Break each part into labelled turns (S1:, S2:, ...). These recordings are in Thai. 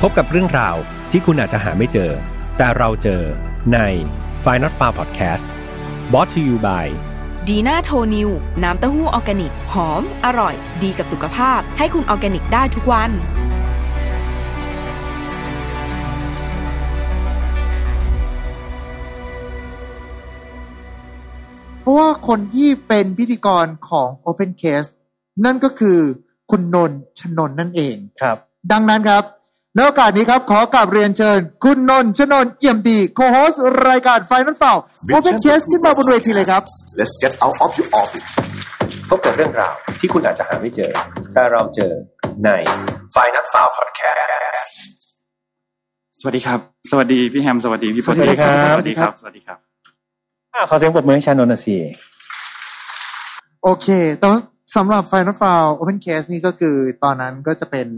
S1: พบกับเรื่องราวที่คุณอาจจะหาไม่เจอ แต่เราเจอใน f i n a l f a r Podcast b o t to you by
S2: ดีน่าโทนิวน้ำเต้าหู้ออร์แกนิก หอม อร่อย ดีกับสุขภาพ ให้คุณออร์แกนิกได้ทุกวัน
S3: เพราะว่าคนที่เป็นพิธีกรของ Open Case นั่นก็คือคุณนนท์ชนนท์นั่นเอง
S4: ครับ
S3: ดังนั้นครับในโอกาสนี้ครับ ขอกราบเรียนเชิญ คุณนนท์ชนนท์เอี่ยมดีโคโฮสรายการไฟนอลเฟล Open Case ขึ้นมาบนเวทีเลยครับ
S4: Let's get out of your orbit
S1: พบกับเรื่องราวที่คุณอาจจะหาไม่เจอ แต่เราเจอใน f i n a l f a r Podcast
S5: สวัสดีครับ สวัสดีพี่แฮม สวัสดีพี่
S3: สวัสดี
S5: พอ
S3: ครับ
S5: สวัสดีครับ สวัสดีครับ
S4: อ่าขอเสียงปรบมือให้ชานนท์หน่อยสิ
S3: โอเคแต่ว่าสำหรับไฟนอลเฟล Open Case นี่ก็คือตอนนั้นก็จะเป็น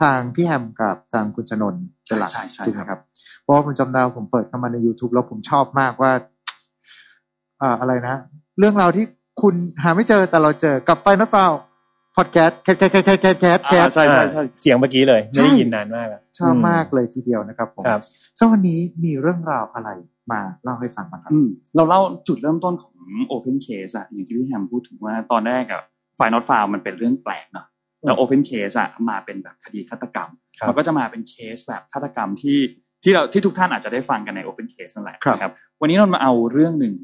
S3: ทางพี่แฮมกับทางคุณชนนท์จะหลัก
S5: ใช่ใช่
S3: ถูกไหมครับ เพราะว่าผมจำได้ว่าผมเปิดเข้ามาใน YouTube แล้วผมชอบมากว่าเอ่ออะไรนะ เรื่องราวที่คุณหาไม่เจอแต่เราเจอกับไฟนอลเฟลพอดแคสต์แคสแคสแคสแคสแคสแค
S5: อ่า
S3: ส
S5: ใช่ใช่ใช่
S4: เสียงเมื่อกี้เลย ไม่ได้
S3: ใช่
S4: ยินนานมากแล้ว
S3: ชอบมากเลยทีเดียวนะครับผม
S4: ครับ
S3: ซึ่งวันนี้มีเรื่องราวอะไรมาเล่าให้ฟังบ้างครับ
S5: อืมเราเล่าจุดเริ่มต้นของ Open Case อะอย่างที่พี่แฮมพูดถึงว่าตอนแรกอะไฟนอตฟาวมันเป็นเรื่องแปลกเนาะแล้ว Open Case อะมาเป็นแบบคดีฆาตกรรม มันก็จะมาเป็นเคสแบบฆาตกรรมที่ที่เราที่ทุกท่านอาจจะได้ฟังกันใน Open Case นั่นแหละ
S3: ครับ
S5: นะครับ วันนี้นนท์มาเอาเรื่องหนึ่ง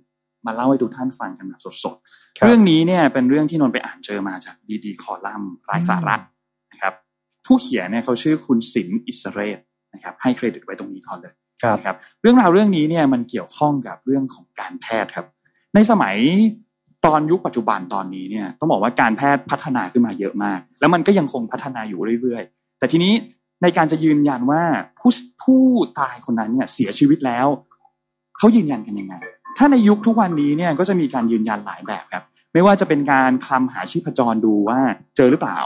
S5: มาเล่าให้ทุกท่านฟังกันแบบสดๆ เรื่องนี้เนี่ยเป็นเรื่องที่นนท์ไปอ่านเจอมาจากดีดีคอลัมน์รายสาระนะครับ ผู้เขียนเนี่ยเขาชื่อคุณสิงห์อิสเรศนะครับ ให้เครดิตไว้ตรงนี้ก่อนเลย
S4: ครับ
S5: นะครับเรื่องราวเรื่องนี้เนี่ยมันเกี่ยวข้องกับเรื่องของการแพทย์ครับ ในสมัยตอนยุคปัจจุบันตอนนี้เนี่ยต้องบอกว่าการแพทย์พัฒนาขึ้นมาเยอะมาก แล้วมันก็ยังคงพัฒนาอยู่เรื่อยๆ แต่ทีนี้ในการจะยืนยันว่าผู้ผู้ตายคนนั้นเนี่ยเสียชีวิตแล้วเขายืนยันกันยังไง ถ้าในยุคทุกวันนี้เนี่ยก็จะมีการยืนยันหลายแบบครับ ไม่ว่าจะเป็นการคลำหาชีพจรดูว่าเจอหรือเปล่า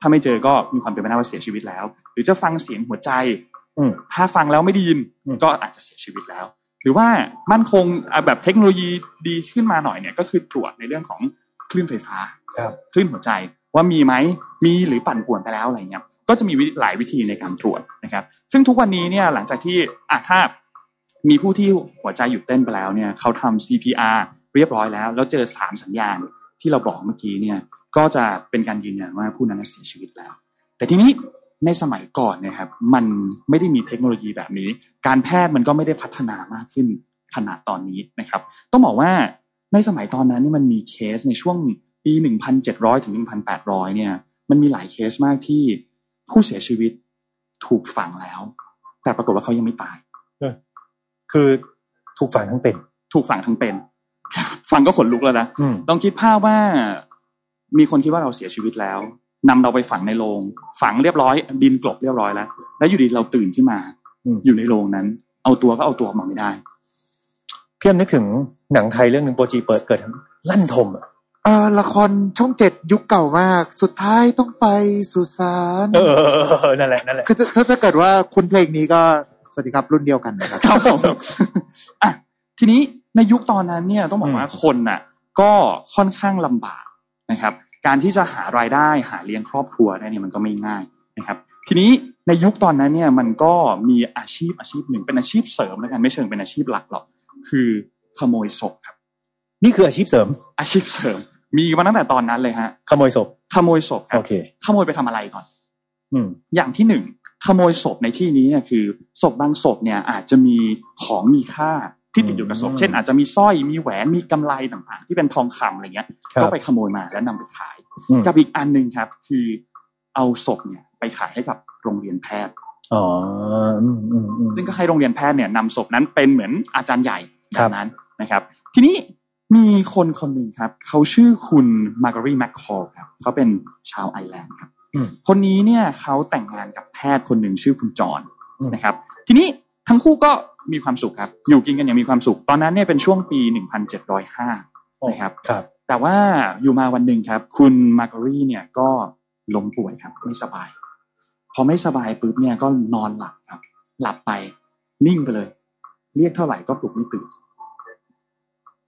S5: ถ้าไม่เจอก็มีความเป็นไปได้ว่าเสียชีวิตแล้ว หรือจะฟังเสียงหัวใจ
S4: อืม
S5: ถ้าฟังแล้วไม่ได้ยิน
S4: อืม
S5: ก็อาจจะเสียชีวิตแล้ว หรือว่ามั่นคงอ่ะแบบเทคโนโลยีดีขึ้นมาหน่อยเนี่ยก็คือตรวจในเรื่องของคลื่นไฟฟ้า
S4: ครับ
S5: คลื่นหัวใจว่ามีไหมมีหรือปั่นป่วนไปแล้วอะไรเงี้ยก็จะมีวิหลายวิธีในการตรวจนะครับ ซึ่งทุกวันนี้เนี่ยหลังจากที่อ่ะถ้ามีผู้ที่หัวใจหยุดเต้นไปแล้วเนี่ยเขาทำ CPR เรียบร้อยแล้ว แล้วเจอสามสัญญาณที่เราบอกเมื่อกี้เนี่ยก็จะเป็นการยืนยันว่าผู้นั้นนะเสียชีวิตแล้ว แต่ทีนี้ในสมัยก่อนเนะครับมันไม่ได้มีเทคโนโลยีแบบนี้ การแพทย์มันก็ไม่ได้พัฒนามากขึ้นขนาดตอนนี้นะครับ ต้องบอกว่าในสมัยตอนนั้นนี่มันมีเคสในช่วงปี 1,700 ถึง 1,800 เนี่ย มันมีหลายเคสมากที่ผู้เสียชีวิตถูกฝังแล้ว แต่ปรากฏว่าเขายังไม่ตาย
S4: คือถูกฝังทั้งเป็น
S5: ถูกฝังทั้งเป็น ฟังก็ขนลุกแล้วนะ
S4: อืม
S5: ลองคิดภาพว่ามีคนคิดว่าเราเสียชีวิตแล้วนำเราไปฝังในโรงฝังเรียบร้อย ดินกลบเรียบร้อยแล้ว แล้วอยู่ดีเราตื่นขึ้นมา
S4: อืม
S5: อยู่ในโรงนั้น เอาตัวก็เอาตัวออกมาไม่ได้
S4: พี่แอมนึกถึงหนังไทยเรื่องหนึ่งโปรจีเปิดเกิดลั่นทมอะ
S3: เอ่อละครช่องเจ็ดยุคเก่ามาก สุดท้ายต้องไปสุสาน
S4: เออ นั่นแหละ นั่นแหละ
S3: คือถ้าถ้าถ้าเกิดว่าคุณเพลงนี้ก็สวัสดีครับรุ่นเดียวกันนะครับ
S5: ครับผมอ่ะทีนี้ในยุคตอนนั้นเนี่ยต้องบอกว่าคนน่ะ ก็ค่อนข้างลำบากนะครับ การที่จะหารายได้หาเลี้ยงครอบครัวได้เนี่ยมันก็ไม่ง่ายนะครับ ทีนี้ในยุคตอนนั้นเนี่ยมันก็มีอาชีพอาชีพหนึ่งเป็นอาชีพเสริมแล้วกันไม่เชิงเป็นอาชีพหลักหรอกคือขโมยศพครับ
S4: นี่คืออาชีพเสริม
S5: อาชีพเสริม มีมาตั้งแต่ตอนนั้นเลยฮะ
S4: ขโมยศพ
S5: ขโมยศพครั
S4: โอบ เค
S5: ขโมยไปทำอะไรก่อน
S4: อืม
S5: อย่างที่หนึ่งขโมยศพในที่นี้เนี่ยคือศพบางศพเนี่ยอาจจะมีของมีค่าที่ติดอยู่กับศพ
S4: อืม
S5: เช่นอาจจะมีสร้อยมีแหวนมีกำไรต่างๆ ที่เป็นทองคำอะไรเงี้ย
S4: ครับ
S5: ก็ไปขโมยมาแล้วนำไปขาย
S4: อืม
S5: กับอีกอันหนึ่งครับ คือเอาศพเนี่ยไปขายให้กับโรงเรียนแพทย์
S4: อ๋ออืมอืมอืม
S5: ซึ่งก็ให้โรงเรียนแพทย์เนี่ยนำศพนั้นเป็นเหมือนอาจารย์ใหญ่
S4: ค
S5: แบ
S4: รั
S5: บบ นั้นนะครับ ทีนี้มีคนคนหนึ่งครับ เขาชื่อคุณมาร์การีแมคคอร์ครับเขาเป็นชาวไอร์แลนด์ครับ
S4: อืม
S5: คนนี้เนี่ยเขาแต่งงานกับแพทย์คนหนึ่งชื่อคุณจอห์น
S4: อืม
S5: นะครับ ทีนี้ทั้งคู่ก็มีความสุขครับ อยู่กินกันอย่างมีความสุข ตอนนั้นเนี่ยเป็นช่วงปี 1705นะครับ
S4: ครับ
S5: แต่ว่าอยู่มาวันหนึ่งครับ คุณมาร์การีเนี่ยก็ล้มป่วยครับ ไม่สบาย พอไม่สบายปุ๊บเนี่ยก็นอนหลับครับ หลับไปนิ่งไปเลย เรียกเท่าไหร่ก็ปลุกไม่ตื่น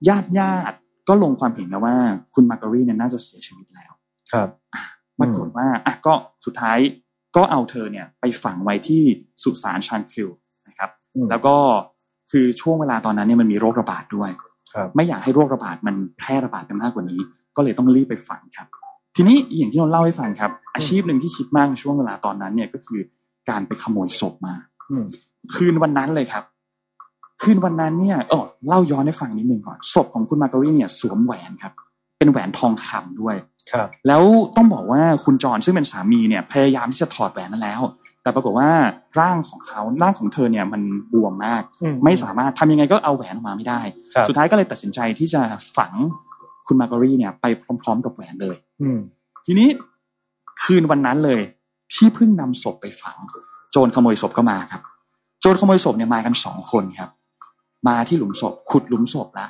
S5: ญาติญาติก็ลงความเห็นนะว่า คุณมาร์การีเนี่ยน่าจะเสียชีวิตแล้ว
S4: ครับ
S5: ปรากฏว่าอ่ะก็สุดท้าย ก็เอาเธอเนี่ยไปฝังไว้ที่สุสานชานคิวนะครับ
S4: อืม
S5: แล้วก็คือช่วงเวลาตอนนั้นเนี่ยมันมีโรคระบาดด้วย
S4: ครับ
S5: ไม่อยากให้โรคระบาดมันแพร่ระบาดไปมากกว่านี้ ก็เลยต้องรีบไปฝังครับ ทีนี้อย่างที่นนท์เล่าให้ฟังครับ อาชีพหนึ่งที่คิดมากในช่วงเวลาตอนนั้นเนี่ยก็คือการไปขโมยศพมา
S4: อืม
S5: คืนวันนั้นเลยครับ คืนวันนั้นเนี่ยเออเล่าย้อนให้ฟังนิดนึงก่อนศพของคุณมาการีเนี่ยสวมแหวนครับ เป็นแหวนทองคำด้วย
S4: ครับ
S5: แล้วต้องบอกว่าคุณจรซึ่งเป็นสามีเนี่ยพยายามที่จะถอดแหวนนั้นแล้ว แต่ปรากฏว่าร่างของเขาร่างของเธอเนี่ยมันบวมมาก
S4: อื
S5: ไม่สามารถทำยังไงก็เอาแหวนออกมาไม่ได้
S4: ครับ
S5: สุดท้ายก็เลยตัดสินใจที่จะฝังคุณมาการีเนี่ยไปพร้อม ๆ กับแหวนเลย
S4: อืม
S5: ทีนี้คืนวันนั้นเลยที่เพิ่งนำศพไปฝัง โจรขโมยศพก็มาครับ โจรขโมยศพเนี่ยมากันสองคนครับ มาที่หลุมศพขุดหลุมศพละ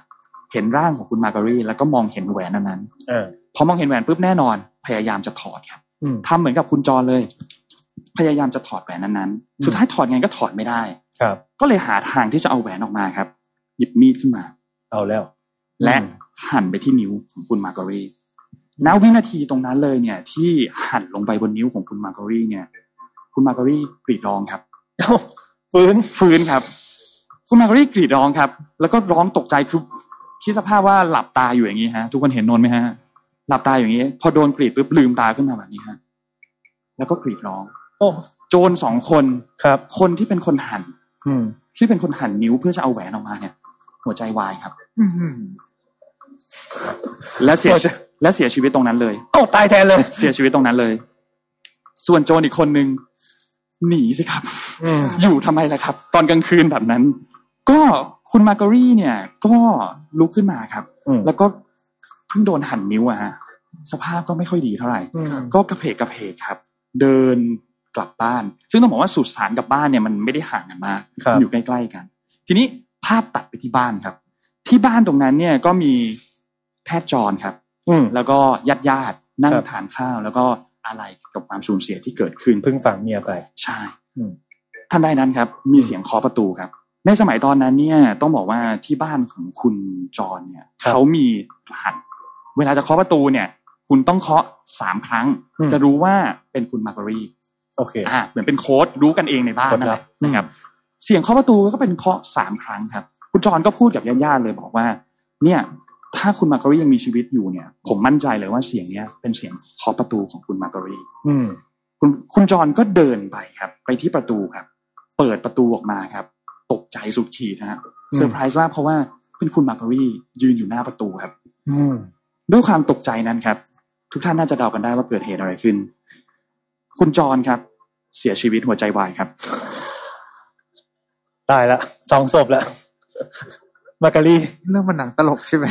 S5: เห็นร่างของคุณมาการีแล้วก็มองเห็นแหวนอันนั้น
S4: เออ
S5: พอมองเห็นแหวนปุ๊บแน่นอน พยายามจะถอดครับ
S4: อืม
S5: ทำเหมือนกับคุณจรเลย พยายามจะถอดแหวนอันนั้น สุดท้ายถอดไงก็ถอดไม่ได้
S4: ครับ
S5: ก็เลยหาทางที่จะเอาแหวนออกมาครับ หยิบมีดขึ้นมา
S4: เอาแล้ว
S5: และ
S4: อืม
S5: หั่นไปที่นิ้วของคุณมาการีณวินาทีตรงนั้นเลยเนี่ย ที่หั่นลงไปบนนิ้วของคุณมาการีเนี่ย คุณมาการีกรีดร้องครับ
S4: เอ้าฟื้น
S5: ฟื้นครับ คุณมาการีกรีดร้องครับ แล้วก็ร้องตกใจคือคิดสภาพว่าหลับตาอยู่อย่างนี้ฮะ ทุกคนเห็นนนท์ไหมฮะ หลับตาอยู่อย่างนี้ พอโดนกรีดปุ๊บลืมตาขึ้นมาแบบนี้ฮะแล้วก็กรีดร้อง
S4: โอ้
S5: โจรสองคน
S4: ครับ
S5: คนที่เป็นคนหั่น
S4: อืม
S5: ที่เป็นคนหั่นนิ้วเพื่อจะเอาแหวนออกมาเนี่ย หัวใจวายครับ
S3: อื้อหือ
S5: และเสีย
S4: โอ้ย
S5: และเสียชีวิตตรงนั้นเลย
S4: โอ้ตายแทนเลย
S5: เสียชีวิตตรงนั้นเลย ส่วนโจรอีกคนนึงหนีสิครับ
S4: อืม
S5: อยู่ทำไมล่ะครับ ตอนกลางคืนแบบนั้น ก็คุณมาการีเนี่ย ก็ลุกขึ้นมาครับ
S4: อืม
S5: แล้วก็เพิ่งโดนหั่นนิ้วอะฮะ สภาพก็ไม่ค่อยดีเท่าไหร่
S4: อืม
S5: ก็กระเพกกระเพกครับ เดินกลับบ้าน ซึ่งต้องบอกว่าสุสานกับบ้านเนี่ยมันไม่ได้ห่างกันมาก
S4: ครับ
S5: มันอยู่ใกล้ๆกัน ทีนี้ภาพตัดไปที่บ้านครับ ที่บ้านตรงนั้นเนี่ยก็มีแพทย์จรครับ
S4: อืม
S5: แล้วก็ญาติญาติๆนั่ง
S4: ครับ
S5: ทานข้าว แล้วก็อะไรกับความสูญเสียที่เกิดขึ้น
S4: เพิ่งฝังเมียไป
S5: ใช่
S4: อืม
S5: ท่านใดนั้นครับ มีเสียงเคาะประตูครับ ในสมัยตอนนั้นเนี่ยต้องบอกว่าที่บ้านของคุณจรเนี่ยเขามีรหัสเวลาจะเคาะประตูเนี่ย คุณต้องเคาะสามครั้ง จะรู้ว่าเป็นคุณมาการี
S4: โอเค
S5: อ่าเหมือนเป็นโค้ดรู้กันเองในบ้าน
S4: โค้ด
S5: นั่นแห
S4: ลับ
S5: ละ
S4: อืม
S5: นะครับ เสียงเคาะประตูก็เป็นเคาะสามครั้งครับ คุณจรก็พูดกับญาติๆเลยบอกว่า เนี่ย ถ้าคุณมาการียังมีชีวิตอยู่เนี่ย ผมมั่นใจเลยว่าเสียงเนี้ยเป็นเสียงเคาะประตูของคุณมาการี
S4: อืม
S5: คุณคุณจรก็เดินไปครับ ไปที่ประตูครับ เปิดประตูออกมาครับ ตกใจสุดขีดนะฮะ
S4: อืม
S5: เซอร์ไพรส์ว่ากเพราะว่าเป็นคุณมาการียืนอยู่หน้าประตูครับ
S4: อืม
S5: ด้วยความตกใจนั้นครับ ทุกท่านน่าจะเดากันได้ว่าเกิดเหตุอะไรขึ้น คุณจรครับ เสียชีวิตหัวใจวายครับ
S4: ตายละสองศพ ละมาการี
S3: เรื่องมันหนังตลกใช่ไหม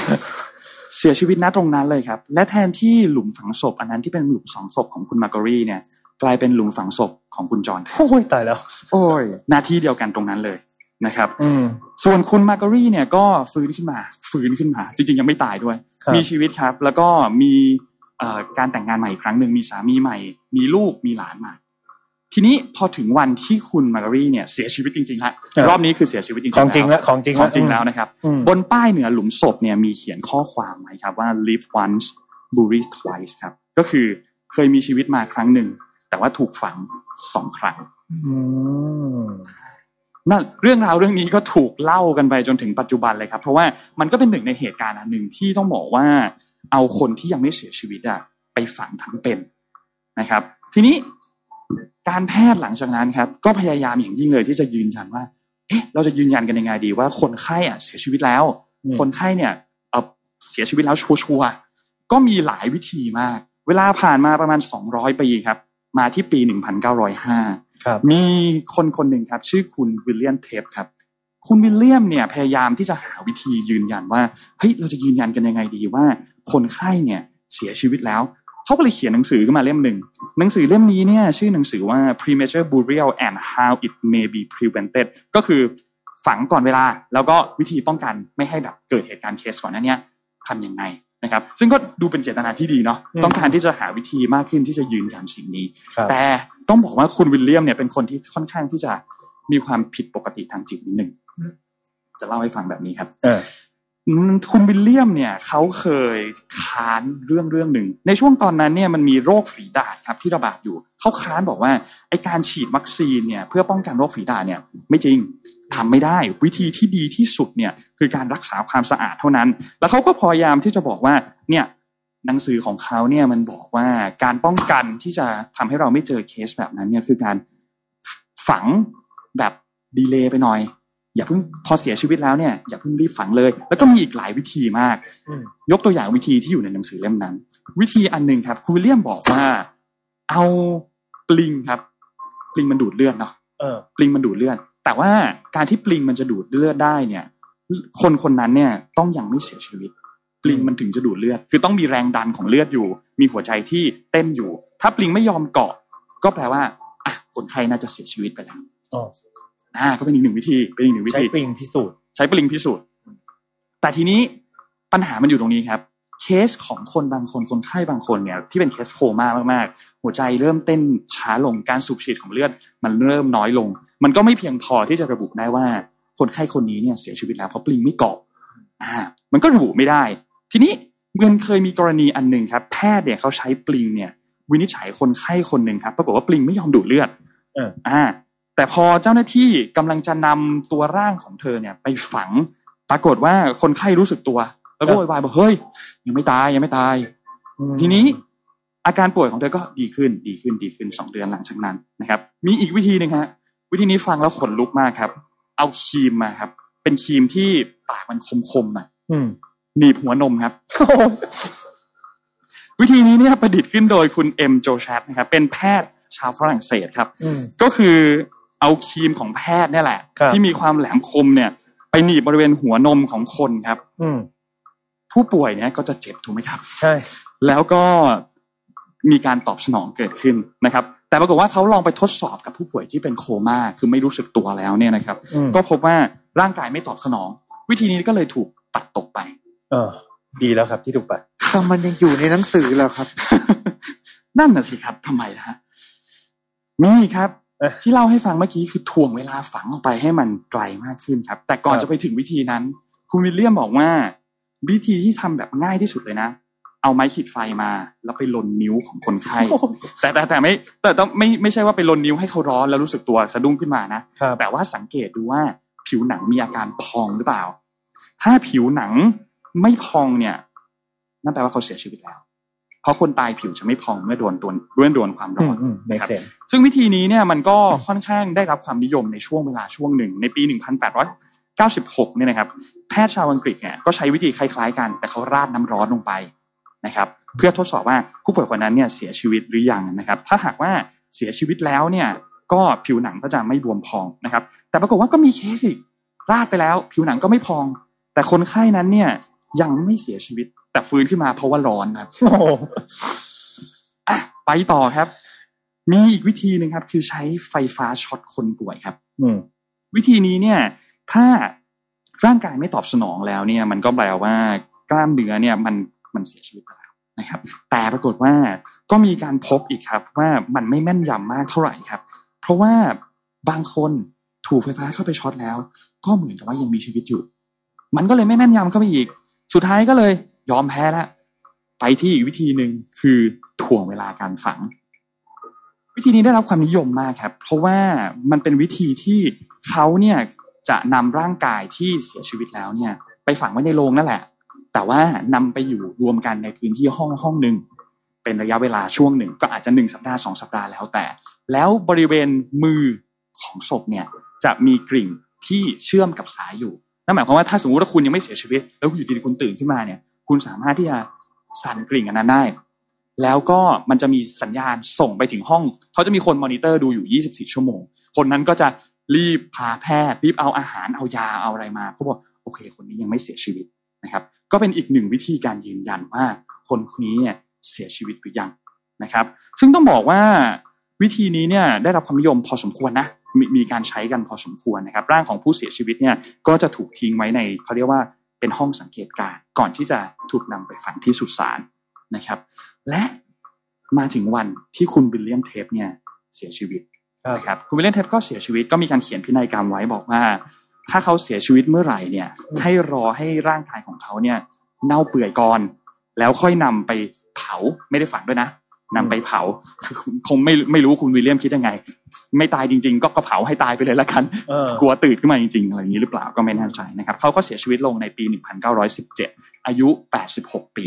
S5: เสียชีวิตณตรงนั้นเลยครับ และแทนที่หลุมฝังศพ อันนั้นที่เป็นหลุมสองศพของคุณมาการีเนี่ย กลายเป็นหลุมฝังศพของคุณจร
S4: โอ้ยตายแล้ว
S3: โอ้ย
S5: หน้าที่เดียวกันตรงนั้นเลยนะครับ
S4: อืม
S5: ส่วนคุณมาการีเนี่ยก็ฟื้นขึ้นมา ฟื้นขึ้นมา จริงๆยังไม่ตายด้วย
S4: ครับ
S5: มีชีวิตครับ แล้วก็มีเอ่อการแต่งงานใหม่อีกครั้งหนึ่งมีสามีใหม่ มีลูกมีหลานใหม่ทีนี้พอถึงวันที่คุณมาการีเนี่ยเสียชีวิตจริงๆฮะรอบนี้คือเสียชีวิตจริงๆ
S4: ของจริงละของจริง
S5: ของจริงแล้วนะครับ
S4: อืม
S5: บนป้ายเหนือหลุมศพเนี่ยมีเขียนข้อความไว้ครับว่า live once bury twice ครับ ก็คือเคยมีชีวิตมาครั้งหนึ่ง แต่ว่าถูกฝังสองครั้ง
S4: อืม
S5: นั่นเรื่องราวเรื่องนี้ก็ถูกเล่ากันไปจนถึงปัจจุบันเลยครับ เพราะว่ามันก็เป็นหนึ่งในเหตุการณ์อันหนึ่งที่ต้องบอกว่า เอาคนที่ยังไม่เสียชีวิตอะไปฝังทั้งเป็นนะครับ ทีนี้การแพทย์หลังจากนั้นครับ ก็พยายามอย่างยิ่งเลยที่จะยืนยันว่า เอ๊ะ เราจะยืนยันกันยังไงดีว่าคนไข้อะเสียชีวิตแล้ว
S4: อืม
S5: คนไข้เนี่ยเอ่อเสียชีวิตแล้วชัวร์ๆก็มีหลายวิธีมาก เวลาผ่านมาประมาณ 200 ปีครับ มาที่ปี 1905
S4: ครับ
S5: มีคนคนหนึ่งครับ ชื่อคุณวิลเลียมเทปครับ คุณวิลเลียมเนี่ยพยายามที่จะหาวิธียืนยันว่าเฮ้ยเราจะยืนยันกันยังไงดีว่า คนไข้เนี่ยเสียชีวิตแล้ว เขาก็เลยเขียนหนังสือขึ้นมาเล่มหนึ่ง หนังสือเล่มนี้เนี่ยชื่อหนังสือว่า premature burial and how it may be prevented ก็คือฝังก่อนเวลา แล้วก็วิธีป้องกันไม่ให้แบบเกิดเหตุการณ์เคสก่อนหนั้นเนี่ยทำยังไงนะครับ ซึ่งก็ดูเป็นเจตนาที่ดีเนาะ
S4: อืม
S5: ต้องการที่จะหาวิธีมากขึ้นที่จะยืนยันสิ่งนี้
S4: ครับ
S5: แต่ต้องบอกว่าคุณวิลเลียมเนี่ยเป็นคนที่ค่อนข้างที่จะมีความผิดปกติทางจิตนิดหนึ่ง
S3: อืม
S5: จะเล่าให้ฟังแบบนี้ครับ
S4: เออ
S5: อืมคุณวิลเลียมเนี่ยเขาเคยค้านเรื่องเรื่องหนึ่ง ในช่วงตอนนั้นเนี่ยมันมีโรคฝีดาดครับที่ระบาดอยู่เขาค้านบอกว่าไอการฉีดวัคซีนเนี่ยเพื่อป้องกันโรคฝีดาดเนี่ยไม่จริงทำไม่ได้วิธีที่ดีที่สุดเนี่ยคือการรักษาความสะอาดเท่านั้น แล้วเขาก็พยายามที่จะบอกว่าเนี่ยหนังสือของเขาเนี่ยมันบอกว่าการป้องกันที่จะทำให้เราไม่เจอเคสแบบนั้นเนี่ยคือการฝังแบบดีเลย์ไปหน่อย อย่าเพิ่งพอเสียชีวิตแล้วเนี่ยอย่าเพิ่งรีบฝังเลย แล้วก็มีอีกหลายวิธีมาก
S4: อืม
S5: ยกตัวอย่างวิธีที่อยู่ในหนังสือเล่มนั้น วิธีอันหนึ่งครับคุณวิลเลียมบอกว่า เอาปลิงครับ ปลิงมันดูดเลือดเนาะ
S4: เออ
S5: ปลิงมันดูดเลือด แต่ว่าการที่ปลิงมันจะดูดเลือดได้เนี่ย คนคนนั้นเนี่ยต้องยังไม่เสียชีวิต ปลิงมันถึงจะดูดเลือด คือต้องมีแรงดันของเลือดอยู่ มีหัวใจที่เต้นอยู่ ถ้าปลิงไม่ยอมเกาะ ก็แปลว่าอ่ะคนไข้น่าจะเสียชีวิตไปแล้ว
S4: อ๋อ
S5: อ่า ก็เป็นอีกหนึ่งวิธีเป็นอีกหนึ่งวิ
S4: ใช้
S5: ธี
S4: ปริงพิสูจน์
S5: ใช้ปลิงพิสูจน์ แต่ทีนี้ปัญหามันอยู่ตรงนี้ครับ เคสของคนบางคนคนไข้บางคนเนี่ยที่เป็นเคสโคม่ามากๆ หัวใจเริ่มเต้นช้าลงการสูบฉีดของเลือด มันเริ่มน้อยลง มันก็ไม่เพียงพอที่จะระบุได้ว่า คนไข้คนนี้เนี่ยเสียชีวิตแล้วเพราะปลิงไม่เกาะอ่า มันก็ระบุไม่ได้ ทีนี้มันเคยมีกรณีอันหนึ่งครับ แพทย์เนี่ยเขาใช้ปลิงเนี่ย วินิจฉัยคนไข้คนหนึ่งครับปรากฏว่าปลิงไม่ยอมดูดเลือด อ่าแต่พอเจ้าหน้าที่กำลังจะนำตัวร่างของเธอเนี่ย ไปฝัง ปรากฏว่าคนไข้รู้สึกตัว แล้วก็โวยวายบอกเฮ้ย ยังไม่ตายยังไม่ตาย
S4: อืม
S5: ทีนี้อาการป่วยของเธอก็ดีขึ้นดีขึ้นดีขึ้นสองเดือนหลังจากนั้นนะครับ มีอีกวิธีหนึ่งฮะวิธีนี้ฟังแล้วขนลุกมากครับ เอาครีมมาครับ เป็นครีมที่ปากมันคมๆอ่ะ
S4: อืม
S5: หนีบหัวนมครับ วิธีนี้เนี่ยประดิษฐ์ขึ้นโดยคุณเอ็มโจชัดนะครับเป็นแพทย์ชาวฝรั่งเศสครับ
S4: อืม
S5: ก็คือเอาครีมของแพทย์เนี่ยแหละ
S4: ครับ
S5: ที่มีความแหลมคมเนี่ย ไปหนีบบริเวณหัวนมของคนครับ
S4: อืม
S5: ผู้ป่วยเนี่ยก็จะเจ็บถูกไหมครับ
S4: ใช่
S5: แล้วก็มีการตอบสนองเกิดขึ้นนะครับ แต่ปรากฏว่าเขาลองไปทดสอบกับผู้ป่วยที่เป็นโคม่าคือไม่รู้สึกตัวแล้วเนี่ยนะครับ
S4: อืม
S5: ก็พบว่าร่างกายไม่ตอบสนอง วิธีนี้ก็เลยถูกปัดตกไป
S4: เออ ดีแล้วครับที่ถูกปัด
S3: แต่มันยังอยู่ในหนังสือเหรอครับ
S5: นั่นน่ะสิครับทำไมล่ะฮะนี่ครับ
S4: เอ๊ะ
S5: ที่เล่าให้ฟังเมื่อกี้คือถ่วงเวลาฝังออกไปให้มันไกลมากขึ้นครับ แต่ก่อ
S4: ค
S5: น
S4: รับ
S5: จะไปถึงวิธีนั้น คุณวิลเลียมบอกว่า วิธีที่ทำแบบง่ายที่สุดเลยนะ เอาไม้ขีดไฟมา แล้วไปลนนิ้วของคนไข้แต่แต่แต่ไม่แต่ต้องไม่ไม่ใช่ว่าไปลนนิ้วให้เขาร้อนแล้วรู้สึกตัวสะดุ้งขึ้นมานะ
S4: ครับ
S5: แต่ว่าสังเกตดูว่าผิวหนังมีอาการพองหรือเปล่า ถ้าผิวหนังไม่พองเนี่ยนั่นแปลว่าเขาเสียชีวิตแล้ว เพราะคนตายผิวจะไม่พองเมื่อโดนตัวเมื่อโดนความ
S4: อื
S5: ร้อ
S4: ม
S5: น
S4: อืมแม็กเซน
S5: ซึ่งวิธีนี้เนี่ยมันก็ค่อนข้างได้รับความนิยมในช่วงเวลาช่วงหนึ่ง ในปี 1896 เนี่ยนะครับ แพทย์ชาวอังกฤษเนี่ยก็ใช้วิธีคล้ายๆกัน แต่เขาราดน้ำร้อนลงไปนะครับ เพื่อทดสอบว่าผู้ป่วยคนนั้นเนี่ยเสียชีวิตหรือยังนะครับ ถ้าหากว่าเสียชีวิตแล้วเนี่ยก็ผิวหนังก็จะไม่บวมพองนะครับ แต่ปรากฏว่าก็มีเคสอีกราดไปแล้ว ผิวหนังก็ไม่พอง แต่คนไข้นั้นเนี่ยยังไม่เสียชีวิต แต่ฟื้นขึ้นมาเพราะว่าร้อนครับ อ่ะไปต่อครับ มีอีกวิธีหนึ่งครับ คือใช้ไฟฟ้าช็อตคนป่วยครับ
S4: อืม
S5: วิธีนี้เนี่ย ถ้าร่างกายไม่ตอบสนองแล้วเนี่ย มันก็แปลว่ากล้ามเนื้อเนี่ยมันมันเสียชีวิตไปแล้วนะครับ แต่ปรากฏว่าก็มีการพบอีกครับ ว่ามันไม่แม่นยำมากเท่าไหร่ครับ เพราะว่าบางคนถูกไฟฟ้าเข้าไปช็อตแล้ว ก็เหมือนกับว่ายังมีชีวิตอยู่ มันก็เลยไม่แม่นยำเข้าไปอีก สุดท้ายก็เลยยอมแพ้ละไปที่อีกวิธีหนึ่งคือถ่วงเวลาการฝัง วิธีนี้ได้รับความนิยมมากครับ เพราะว่ามันเป็นวิธีที่เขาเนี่ยจะนำร่างกายที่เสียชีวิตแล้วเนี่ย ไปฝังไว้ในโรงนั่นแหละ แต่ว่านำไปอยู่รวมกันในพื้นที่ห้องห้องหนึ่งเป็นระยะเวลาช่วงหนึ่ง ก็อาจจะหนึ่งสัปดาห์สองสัปดาห์แล้วแต่ แล้วบริเวณมือของศพเนี่ยจะมีกริ่งที่เชื่อมกับสายอยู่นั่นหมายความว่าถ้าสมมติว่าคุณยังไม่เสียชีวิต แล้วคุณอยู่ดีๆคุณตื่นขึ้นมาเนี่ย คุณสามารถที่จะสั่นกริ่งอันนั้นได้ แล้วก็มันจะมีสัญญาณส่งไปถึงห้อง เขาจะมีคนมอนิเตอร์ดูอยู่ 24 ชั่วโมง คนนั้นก็จะรีบพาแพทย์รีบเอาอาหารเอายาเอาอะไรมาเขาบอกโอเค คนนี้ยังไม่เสียชีวิตนะครับ ก็เป็นอีกหนึ่งวิธีการยืนยันว่า คนคนนี้เนี่ยเสียชีวิตหรือยังนะครับ ซึ่งต้องบอกว่าวิธีนี้เนี่ยได้รับความนิยมพอสมควรนะมมีการใช้กันพอสมควรนะครับ ร่างของผู้เสียชีวิตเนี่ยก็จะถูกทิ้งไว้ในเขาเรียกว่าเป็นห้องสังเกตการณ์ก่อนที่จะถูกนำไปฝังที่สุสานนะครับ และมาถึงวันที่คุณวิลเลียมเทปเนี่ยเสียชีวิต
S4: ครับ
S5: นะครับคุณวิลเลียมเทปก็เสียชีวิตก็มีการเขียนพินัยกรรมไว้บอกว่า ถ้าเขาเสียชีวิตเมื่อไหร่เนี่ย ให้รอให้ร่างกายของเขาเนี่ย เน่าเปื่อยก่อน แล้วค่อยนำไปเผาไม่ได้ฝังด้วยนะนำไปเผาคือคงไม่ไม่รู้คุณวิลเลียมคิดยังไง ไม่ตายจริง ๆ ก็กระเผาให้ตายไปเลยละกัน
S4: เออก
S5: ลัวตื่นขึ้นมาจริงๆอะไรอย่างนี้หรือเปล่าก็ไม่แน่ใจนะครับเขาก็เสียชีวิตลงในปี 1917 อายุ 86 ปี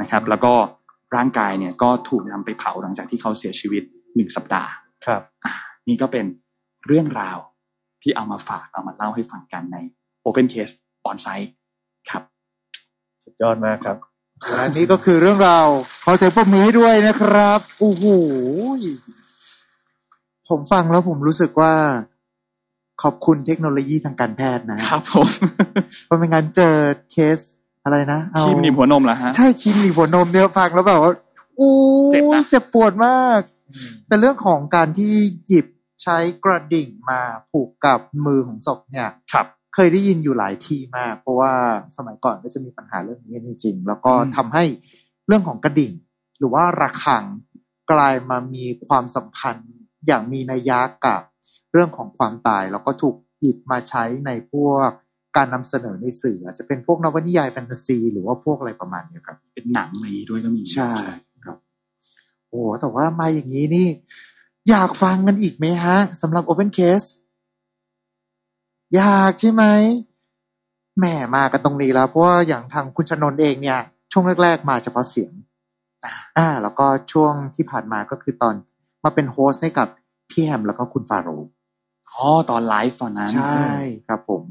S5: นะครับ แล้วก็ร่างกายเนี่ยก็ถูกนำไปเผาหลังจากที่เขาเสียชีวิต 1 สัปดาห์
S4: ครับ
S5: นี่ก็เป็นเรื่องราวที่เอามาฝากเอามาเล่าให้ฟังกันใน Open Case on Site ครับ
S4: สุดยอดมากครับ
S3: และนี่ก็คือเรื่องราวขอเสียงปรบมือให้ด้วยนะครับโอ้โหผมฟังแล้วผมรู้สึกว่า ขอบคุณเทคโนโลยีทางการแพทย์นะครับ
S5: ผม
S3: เพราะไม่งั้นเจอเคสอะไรนะเอา
S5: ชีมหนีบหัวนมแล้วฮะ
S3: ใช่คลิมหนีบหัวนมเนี่ยฟังแล้วแบบว่าอู้ย
S5: เจ็บนะ
S3: เจ็บปวดมาก แต่เรื่องของการที่หยิบใช้กระดิ่งมาผูกกับมือของศพเนี่ย
S5: ครับ
S3: เคยได้ยินอยู่หลายที่มาก เพราะว่าสมัยก่อนก็จะมีปัญหาเรื่องนี้จริงๆแล้วก็
S5: อืม
S3: ทำให้เรื่องของกระดิ่ง หรือว่าระฆังกลายมามีความสัมพันธ์อย่างมีนัยยะกับเรื่องของความตาย แล้วก็ถูกหยิบมาใช้ในพวกการนำเสนอในสื่อ อาจจะเป็นพวกนวนิยายแฟนตาซี หรือว่าพวกอะไรประมาณเนี้ยครับ
S5: เป็นหนังอะไรอย่างนี้ด้วยก็มี
S3: ใช่
S5: ครับ
S3: โอ้โหแต่ว่ามาอย่างนี้นี่ อยากฟังกันอีกไหมฮะสำหรับ Open Case อยากใช่ไหมแหมมากันตรงนี้แล้ว เพราะว่าอย่างทางคุณชนนท์เองเนี่ย ช่วงแรก ๆ มาเฉพาะเสียง อ่า แล้วก็ช่วงที่ผ่านมาก็คือตอนมาเป็นโฮสต์ให้กับพี่แฮมแล้วก็คุณฟาโรห์
S5: อ๋อ ตอนไลฟ์ตอนนั้น
S3: ใช่ครับผม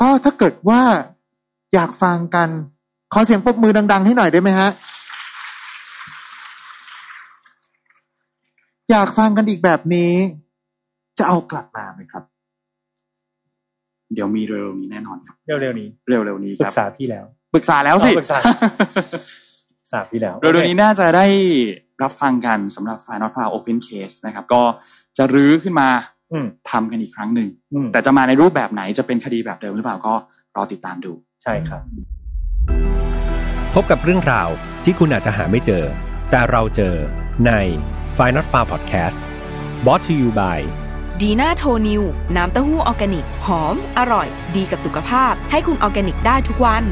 S3: ก็ถ้าเกิดว่าอยากฟังกัน ขอเสียงปรบมือดัง ๆ ให้หน่อยได้ไหมฮะ อยากฟังกันอีกแบบนี้ จะเอากลับมาไหมครับ
S5: เดี๋ยวมีเร็วๆนี้แน่นอนครับ
S4: เร็วๆนี้
S5: เร็วๆนี้
S4: ปรึ
S5: ครั
S4: กษาพี่แล้ว
S5: ปรึกษาแล้วสิ
S4: อ๋อปรึกษา ปรึกษาพี่แล้ว
S5: เร็วๆนี้น่าจะได้รับฟังกันสำหรับ Final File Open Case นะครับ ก็จะรื้อขึ้นมา
S4: อืม
S5: ทำกันอีกครั้งหนึ่ง
S4: อืม
S5: แต่จะมาในรูปแบบไหนจะเป็นคดีแบบเดิมหรือเปล่าก็รอติดตามดู
S4: ใช่ครับ
S1: พบกับเรื่องราวที่คุณอาจจะหาไม่เจอ แต่เราเจอใน f i n a l f a r Podcast b o t to you by
S2: ดีน่าโทนิวน้ำเต้าหู้ออร์แกนิก หอม อร่อย ดีกับสุขภาพ ให้คุณออร์แกนิกได้ทุกวัน